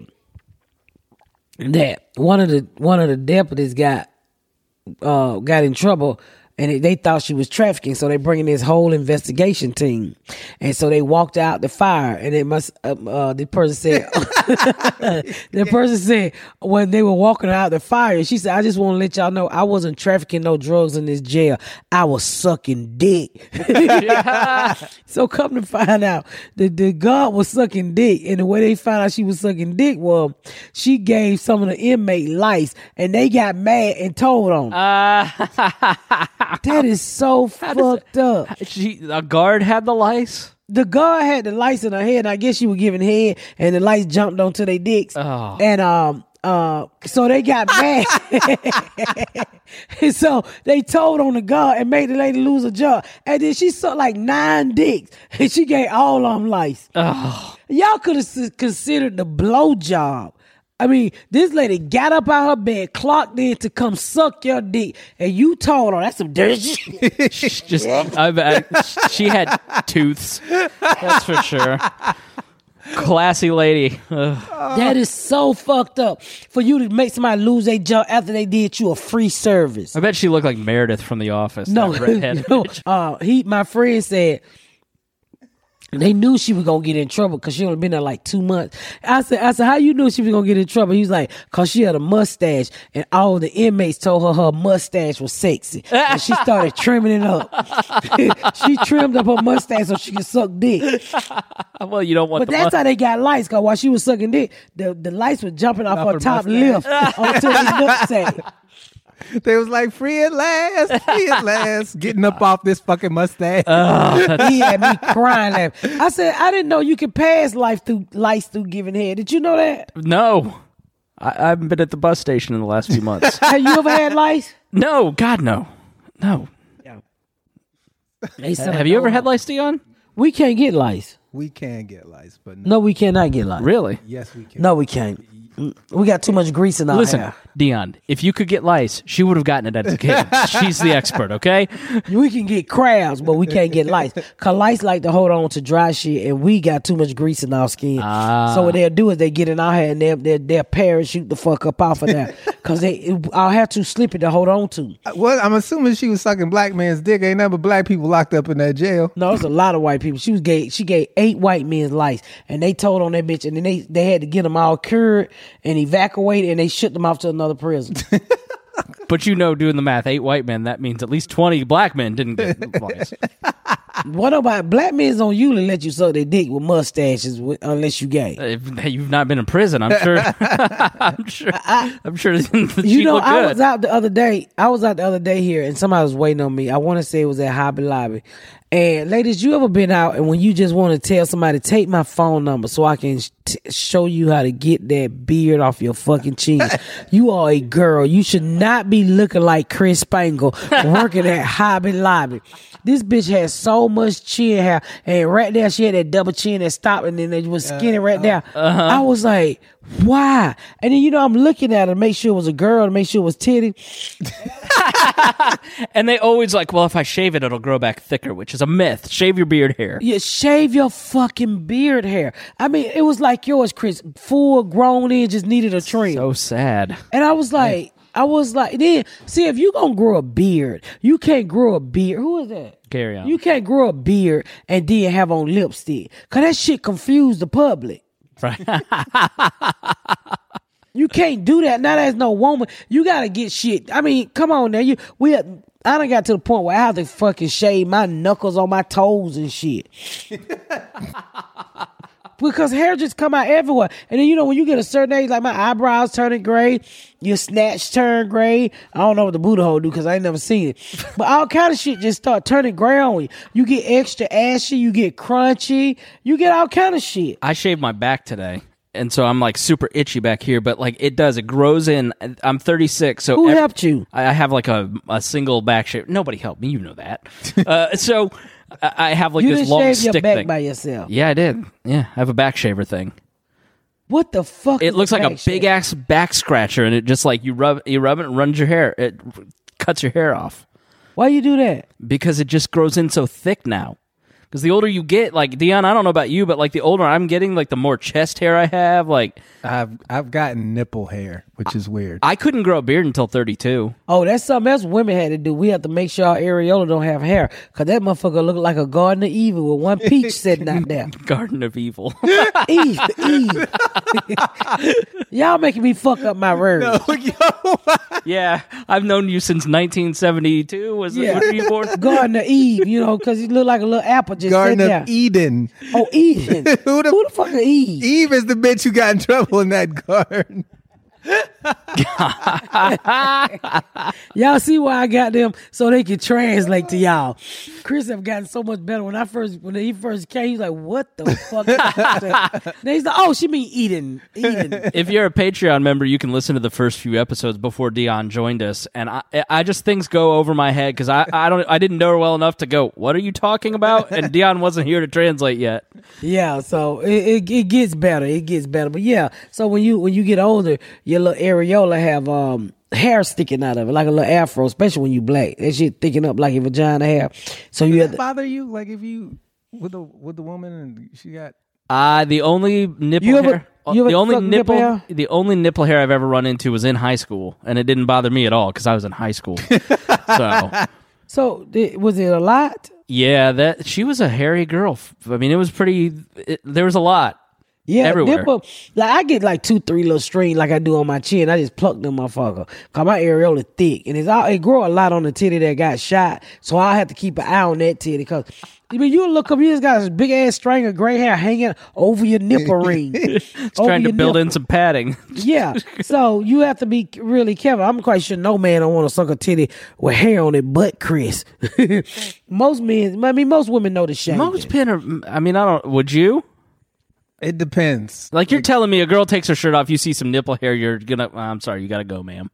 that one of the one of the deputies got uh, got in trouble and it, they thought she was trafficking so they bringing this whole investigation team and so they walked out the fire and it must uh, uh, the person said the person said when they were walking out the fire she said i just want to let y'all know i wasn't trafficking no drugs in this jail i was sucking dick so come to find out that the god was sucking dick and the way they found out she was sucking dick was she gave some of the inmate lice and they got mad and told on her. Uh, That is so fucked up.
Uh, She, a guard had the lice.
The guard had the lights in her head, and I guess she was giving head, and the lights jumped onto their dicks. And um uh so they got mad. and so they told on the guard and made the lady lose her job. And then she sucked like nine dicks and she gave all of them lice. Y'all could have considered the blow job. I mean, this lady got up out her bed, clocked in to come suck your dick, and you told her that's some dirty shit.
She just I, I, she had tooths. That's for sure. Classy lady. Ugh.
That is so fucked up for you to make somebody lose their job after they did you a free service.
I bet she looked like Meredith from The Office.
No,
that redhead.
no. Uh, he, my friend said they knew she was gonna get in trouble because she only been there like two months. I said, I said, how you knew she was gonna get in trouble? He was like, cause she had a mustache, and all the inmates told her her mustache was sexy, and she started trimming it up. she trimmed up her mustache so she could suck dick.
well, you don't want
But
the
that's
mu-
how they got lights. Cause while she was sucking dick, the, the lights were jumping off her top lip onto his nutsack.
They was like, free at last, free at last, getting up off this fucking Mustang.
he had me crying. Laughing. I said, I didn't know you could pass life through lights through giving head. Did you know that?
No. I, I haven't been at the bus station in the last few months.
Have you ever had lice?
no, God, no. No.
They said,
Have you ever had lice, Dion?
We can't get lice.
we can get lights, but no.
No, we cannot get lice.
Really?
Yes, we can.
No, we can't. Mm, We got too much grease in our
Listen,
hair.
Dion, if you could get lice, she would have gotten it as a kid. She's the expert, okay?
We can get crabs, but we can't get lice. Cause lice like to hold on to dry shit, and we got too much grease in our skin. So what they'll do is they get in our hair and they'll, they'll, they'll parachute the fuck up off of that. Cause they, I'll have too slippery to hold on to.
Uh, Well, I'm assuming she was sucking black man's dick. Ain't nothing but black people locked up in that jail.
No, it's a lot of white people. She was gay. She gave eight white men's lice, and they told on that bitch, and then they they had to get them all cured and evacuated, and they shipped them off to another prison.
But you know, doing the math, eight white men, that means at least 20 black men didn't get lice.
what about black men's on you to let you suck their dick with mustaches with, unless you gay?
if you've not been in prison, I'm sure. I'm sure. I'm sure. that
You
she
know,
looked
I
good.
was out the other day. I was out the other day here, and somebody was waiting on me. I want to say it was at Hobby Lobby. And ladies, you ever been out and when you just want to tell somebody, take my phone number so I can sh- t- show you how to get that beard off your fucking chin. you are a girl. You should not be looking like Chris Spangle working at Hobby Lobby. This bitch has so much chin hair, and right there she had that double chin that stopped, and then they was skinny right there. I was like, why? And then you know I'm looking at her to make sure it was a girl, to make sure it was titty.
and they always like, well, if I shave it, it'll grow back thicker, which is a myth. Shave your beard hair.
Yeah, shave your fucking beard hair. I mean, it was like yours, Chris, full grown in, just needed a trim.
So sad.
and I was like, I was like, then see if you gonna grow a beard, you can't grow a beard. Who is that?
Carry on.
You can't grow a beard and then have on lipstick, cause that shit confuse the public.
Right.
You can't do that. Now there's no woman. You gotta get shit. I mean, come on now. You we I done got to the point where I have to fucking shave my knuckles on my toes and shit. because hair just come out everywhere. And then you know when you get a certain age, like my eyebrows turning gray, your snatch turn gray. I don't know what the Buddha hole do because I ain't never seen it. But all kind of shit just start turning gray on you. You get extra ashy, you get crunchy, you get all kind of shit.
I shaved my back today, and so I'm like super itchy back here. But like it does, it grows in. I'm 36, so
Who
ev-
helped you?
I I have like a a single back shave. Nobody helped me. You know that. uh, so I I have like
You
this
didn't
long
shave
stick
your back
thing.
by yourself.
yeah, I did. Yeah, I have a back shaver thing.
What the fuck?
It
is
looks like a
back shave?
big ass back scratcher, and it just like you rub you rub it and runs your hair. It r- cuts your hair off
Why you do that?
because it just grows in so thick now. Because the older you get, like Dion, I don't know about you, but like the older I'm getting, like the more chest hair I have. Like
I've I've gotten nipple hair, which is weird.
I couldn't grow a beard until 32.
Oh, that's something else women had to do. We have to make sure our areola don't have hair, cause that motherfucker look like a garden of evil with one peach sitting out there.
Garden of Evil.
Eve, Eve. Y'all making me fuck up my words.
Oh,
yeah, I've known you since 1972. Was
Yeah.
it? Were you born?
Garden of Eve, you know, cause he look like a little apple just
Garden
sitting
of
there.
Eden.
Oh, Eve. Who
Who
the,
the-
fuck is Eve?
Eve is the bitch who got in trouble in that garden.
Y'all see why I got them so they can translate to y'all. Chris have gotten so much better. When I first when he first came, he was like, "What the fuck?" is that?" then he's like, "Oh, she mean Eden, Eden."
If you're a Patreon member, you can listen to the first few episodes before Dion joined us, and I, I just things go over my head because I, I don't, I didn't know her well enough to go. What are you talking about? And Dion wasn't here to translate yet.
Yeah, so it, it it gets better. It gets better. But yeah, so when you when you get older, your little areola have um hair sticking out of it, like a little afro, especially when you black. That shit thicking up like your vagina hair. So you have to,
Bother you? Like if you with the with the woman and she got
Uh the only nipple
You ever-
hair,
you ever
the only
suck nipple
nipple,
hair?
the only nipple hair I've ever run into was in high school, and it didn't bother me at all because I was in high school. so
so th- was it a lot?
Yeah, that she was a hairy girl. F- I mean, it was pretty. It, there was a lot.
Yeah,
Everywhere.
them Put, like I get like two, three little strings like I do on my chin. I just pluck them motherfucker. Cause my areola thick and it's all it grow a lot on the titty that got shot. So I have to keep an eye on that titty cause I mean you look up, you just got this big ass string of gray hair hanging over your nipple ring. it's
trying to build in some padding.
Yeah. So you have to be really careful. I'm quite sure no man don't want to suck a titty with hair on it but Chris. most men I mean most women know the shame.
Most men are. I mean, I don't. Would you?
It depends.
Like you're telling me a girl takes her shirt off, you see some nipple hair, you're gonna. I'm sorry, you gotta go, ma'am.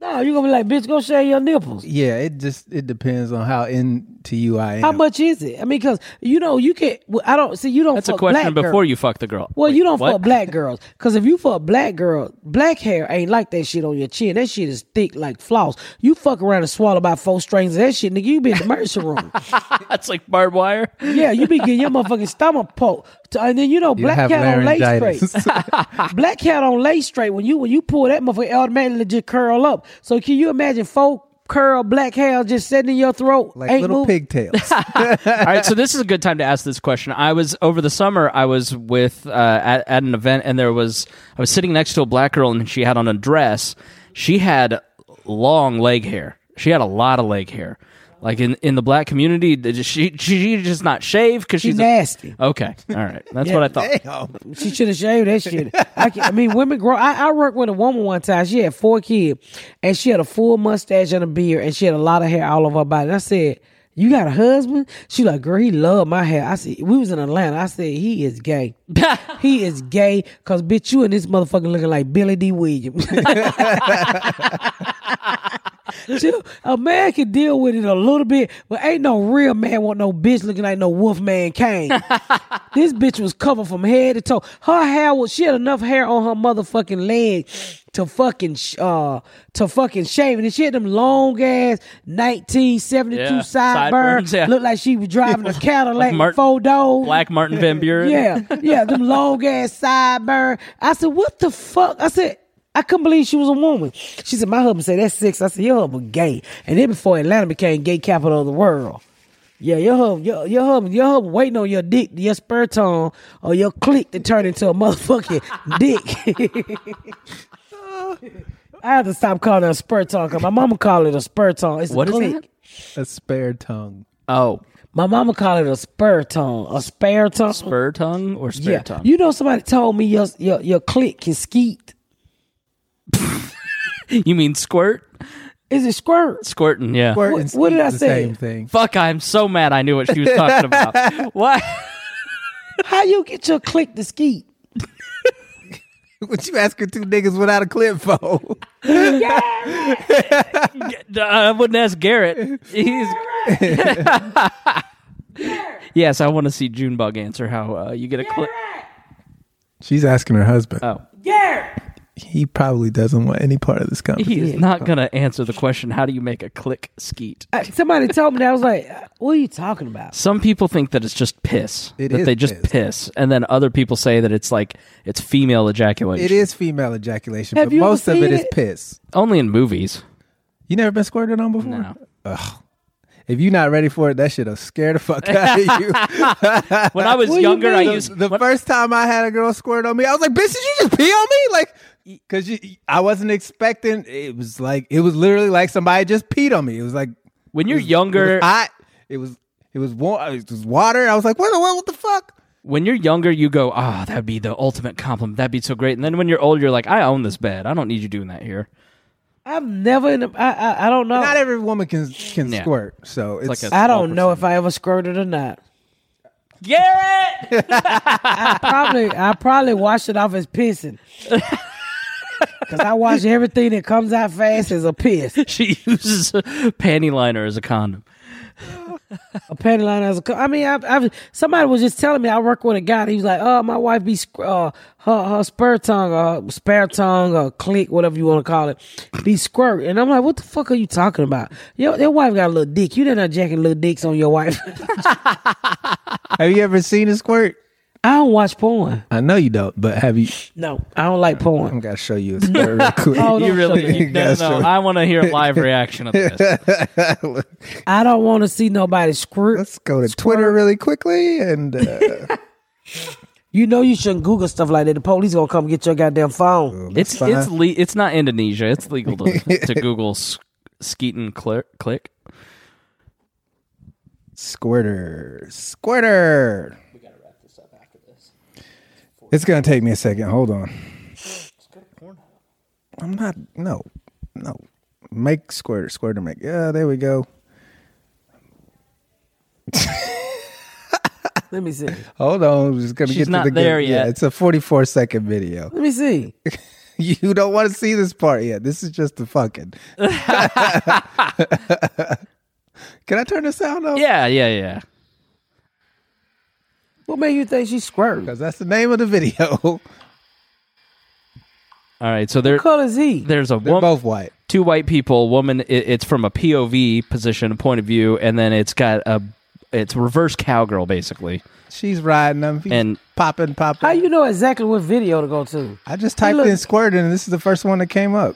no, you're gonna be like, bitch, go shave your nipples.
Yeah, it just it depends on how into you I am.
How much is it? I mean, because you know you can't. well, I don't see you don't.
That's
fuck
a
black
question before
girls.
you fuck the girl.
Well,
Wait,
you don't
what?
fuck black girls because if you fuck black girl, black hair ain't like that shit on your chin. That shit is thick like floss. You fuck around and swallow about four strings of that shit, nigga. You be in the emergency room.
That's like barbed wire.
yeah, you be getting your motherfucking stomach poked, To- and then you know
You
black
have
cat don't lay
laryngitis.
straight. black cat don't lay straight. When you when you pull that motherfucker, it automatically just curl up. So can you imagine four curl black hair just sitting in your throat,
like
ain't
little
moving?
pigtails.
All right, so this is a good time to ask this question. I was over the summer. I was with uh, at, at an event, and there was I was sitting next to a black girl, and she had on a dress. She had long leg hair. She had a lot of leg hair. Like in, in the black community, they just- she she she's just not shaved because
She
she's a-
nasty.
okay, all right, that's what I thought.
She should have shaved that shit. I, can- I mean, women grow. I, I worked with a woman one time. She had four kids, and she had a full mustache and a beard, and she had a lot of hair all over her body. And I said, "You got a husband?" She like, "Girl, he loved my hair." I said, "We was in Atlanta." I said, "He is gay. he is gay because bitch, you and this motherfucker looking like Billy D. Williams." She- a man can deal with it a little bit, but ain't no real man want no bitch looking like no Wolfman Kane. this bitch was covered from head to toe. Her hair was she had enough hair on her motherfucking leg to fucking sh- uh to fucking shave, and she had them long ass nineteen seventy two
Yeah,
sideburns.
sideburns, yeah.
Looked like she was driving a Cadillac,
Martin-
four doors.
Black Martin Van Buren.
Yeah, yeah, them long ass sideburn. I said, what the fuck? I said, I couldn't believe she was a woman. She said, my husband said that's six. I said, your husband gay. And then before Atlanta became gay capital of the world. Yeah, your husband, your, your husband, your husband waiting on your dick, your spur tone, or your click to turn into a motherfucking dick. I have to stop calling it a spur tone because my mama call it a spur tone. It's
What
a
is
click.
that?
a spare tongue.
Oh,
My mama call it a spur tone, a spare tone.
spur tongue or spare tongue?
You know, somebody told me your your your click can skeet.
You mean squirt?
Is it squirt?
Squirting, yeah.
Squirt
What-
and
what did
skeet
I
the
say?
Same thing.
Fuck, I'm so mad I knew what she was talking about. What?
How you get your click to skeet?
What you asking two niggas without a clip phone?
I wouldn't ask Garrett. He's. yes, I want to see Junebug answer how uh, you get a clip.
She's asking her husband.
Oh.
He probably doesn't want any part of this conversation.
He is not going to answer the question how do you make a click skeet?
Uh, Somebody told me that. I was like, uh, what are you talking about?
Some people think that it's just piss.
It
that
is
they just
piss.
piss. And then other people say that it's like it's female ejaculation.
It is female ejaculation,
Have
but
you ever
most of
seen
it is
it?
piss.
Only in movies.
You never been squirted on before?
No.
If you're not ready for it, that shit'll scare the fuck out of you.
When I was
What do you
younger, I
mean?
used.
the first time I had a girl squirt on me, I was like, "Bitch, did you just pee on me?" Like, cause you, I wasn't expecting. It was like it was literally like somebody just peed on me. It was like
When you're
it
younger,
was hot. It was it was warm. It was water. I was like, "What the what, the fuck?"
when you're younger, you go, ah, that'd be the ultimate compliment. That'd be so great. And then when you're older, you're like, I own this bed. I don't need you doing that here.
I've never, in a, I, I I don't know.
Not every woman can can
Yeah.
squirt, so it's,
like a-
I don't know if I ever squirted or not.
Garrett!
Probably, I probably washed it off as pissing. Cause I wash everything that comes out fast as a piss.
she uses a panty liner as a condom.
a panty line as a co- I mean, I, I somebody was just telling me I work with a guy. And he was like, "Oh, my wife be squ- uh, her her spare tongue, uh, spare tongue, or click, whatever you want to call it, be squirt." And I'm like, "What the fuck are you talking about? Your your wife got a little dick. You done not jacking little dicks on your wife."
Have you ever seen a squirt?
I don't watch porn.
I know you don't, but have you?
No, I don't like
I'm
porn.
gonna show you a squirt real quick.
Oh, no.
You really,
You
no,
guys
no,
should-
I want to hear a live reaction of this.
I don't want to see nobody squirt.
Let's go to Twitter really quickly and uh,
You know you shouldn't Google stuff like that. The police gonna come get your goddamn phone.
It's it's le- it's not Indonesia. It's legal to, to Google s- skeet and cli- click.
Squirter. Squirter. We gotta wrap this up after this. It's gonna take me a second. Hold on. I'm not no. No. Make squirter. Squirter make. Yeah, there we go.
Let me see.
Hold on. I'm just gonna
She's
get to
not
the
there
good-
yet.
Yeah, it's a 44 second video.
Let me see.
You don't want to see this part yet. This is just the fucking. Can I turn the sound off?
Yeah, yeah, yeah.
What made you think she squirted? What
Because that's the name of the video.
All right, so there
color is he?
there's a
They're
woman,
both white.
two white people, woman. It, it's from a POV position, point of view, and then it's got a it's reverse cowgirl basically.
She's riding them. He's
And-
popping, popping.
How you know exactly what video to go to?
I just typed
look-
in squirt and this is the first one that came up.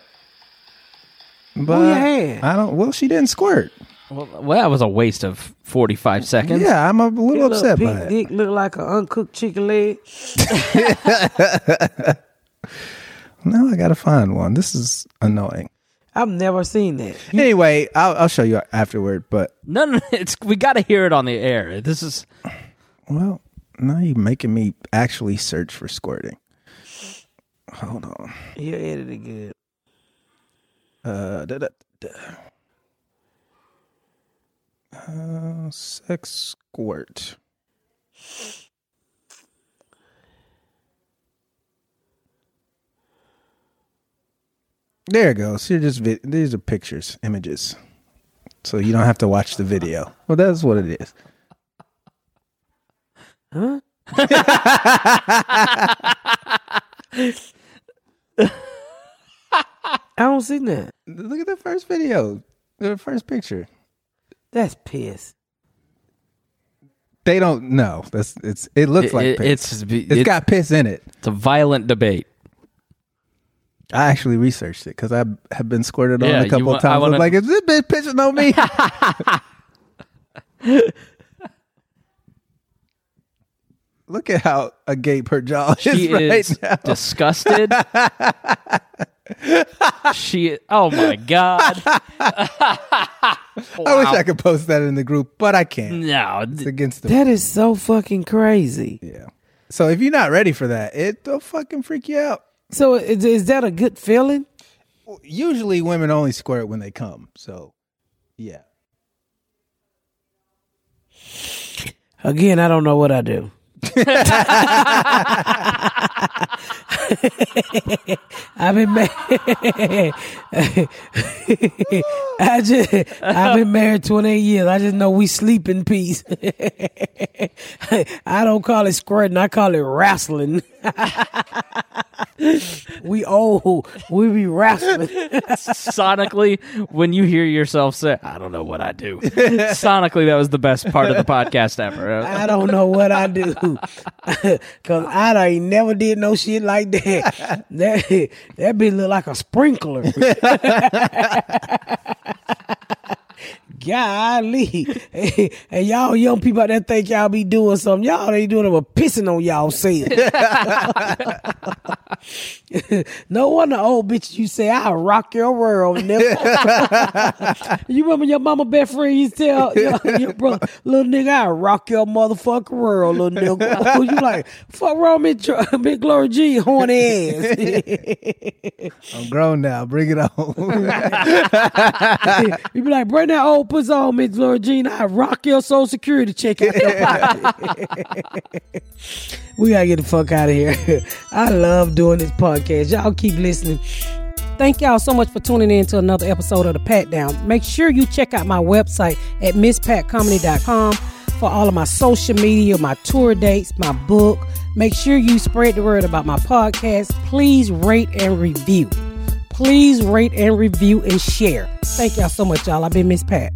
But
you had?
I don't. Well, she didn't squirt.
Well, well, that was a waste of forty five seconds.
Yeah, I'm a little
Your
upset
little
by
pink
it.
dick look like an uncooked chicken leg.
Now I gotta find one. This is annoying.
I've never seen that.
Anyway, I'll, I'll show you afterward. But
No, no, it's we got to hear it on the air. This is
Well, now you're making me actually search for squirting. Hold on.
You're editing good.
Uh, da, da, da. uh sex squirt. There it goes. Here just vi- these are pictures, images. So you don't have to watch the video. Well, that's what it is.
I don't see that.
Look at the first video. The first picture.
That's piss.
They don't know. That's it's. It looks
It-
like
it-
piss.
it's-
it's
it-
got piss in it.
it's a violent debate.
I actually researched it because I have been squirted
Yeah,
on
you
a couple
wa-
of
I
times.
wanna-
I'm like, is this bitch pissing on me? Look at how agape her jaw is
She
right
is
now.
disgusted. she. Oh my god.
I wish I could post that in the group, but I can't.
No.
It's against the
That is so fucking crazy.
yeah. So if you're not ready for that, it'll fucking freak you out.
So is, is that a good feeling?
Usually, women only squirt when they come. So, yeah.
Again, I don't know what I do. I've been married. I just I've been married 28 years. I just know we sleep in peace. I don't call it squirting. I call it wrestling. we old. We be wrestling.
sonically, when you hear yourself say, I don't know what I do, sonically, that was the best part of the podcast ever.
I don't know what I do. Cause I done ain't never did no shit like that. That that bitch look like a sprinkler. Golly. And y'all young people out there think y'all be doing something. Y'all ain't doing it but pissing on y'all self. no wonder old bitch you say I'll rock your world. nigga." you remember your mama best friend used to tell your, your brother, little nigga, I'll rock your motherfucking world, little nigga. Oh, you like, fuck wrong with Dr- Big Glory G, horny ass.
I'm grown now. Bring it on.
you be like, bring that old puss on, Miss Glory G, and I'll rock your social security check out your pocket. we gotta get the fuck out of here. I love doing this podcast. Y'all keep listening.
Thank y'all so much for tuning in to another episode of The Pat Down. Make sure you check out my website at misspatcomedy.com for all of my social media, my tour dates, my book. Make sure you spread the word about my podcast. Please rate and review. Please rate and review and share. Thank y'all so much, y'all. I've been Miss Pat.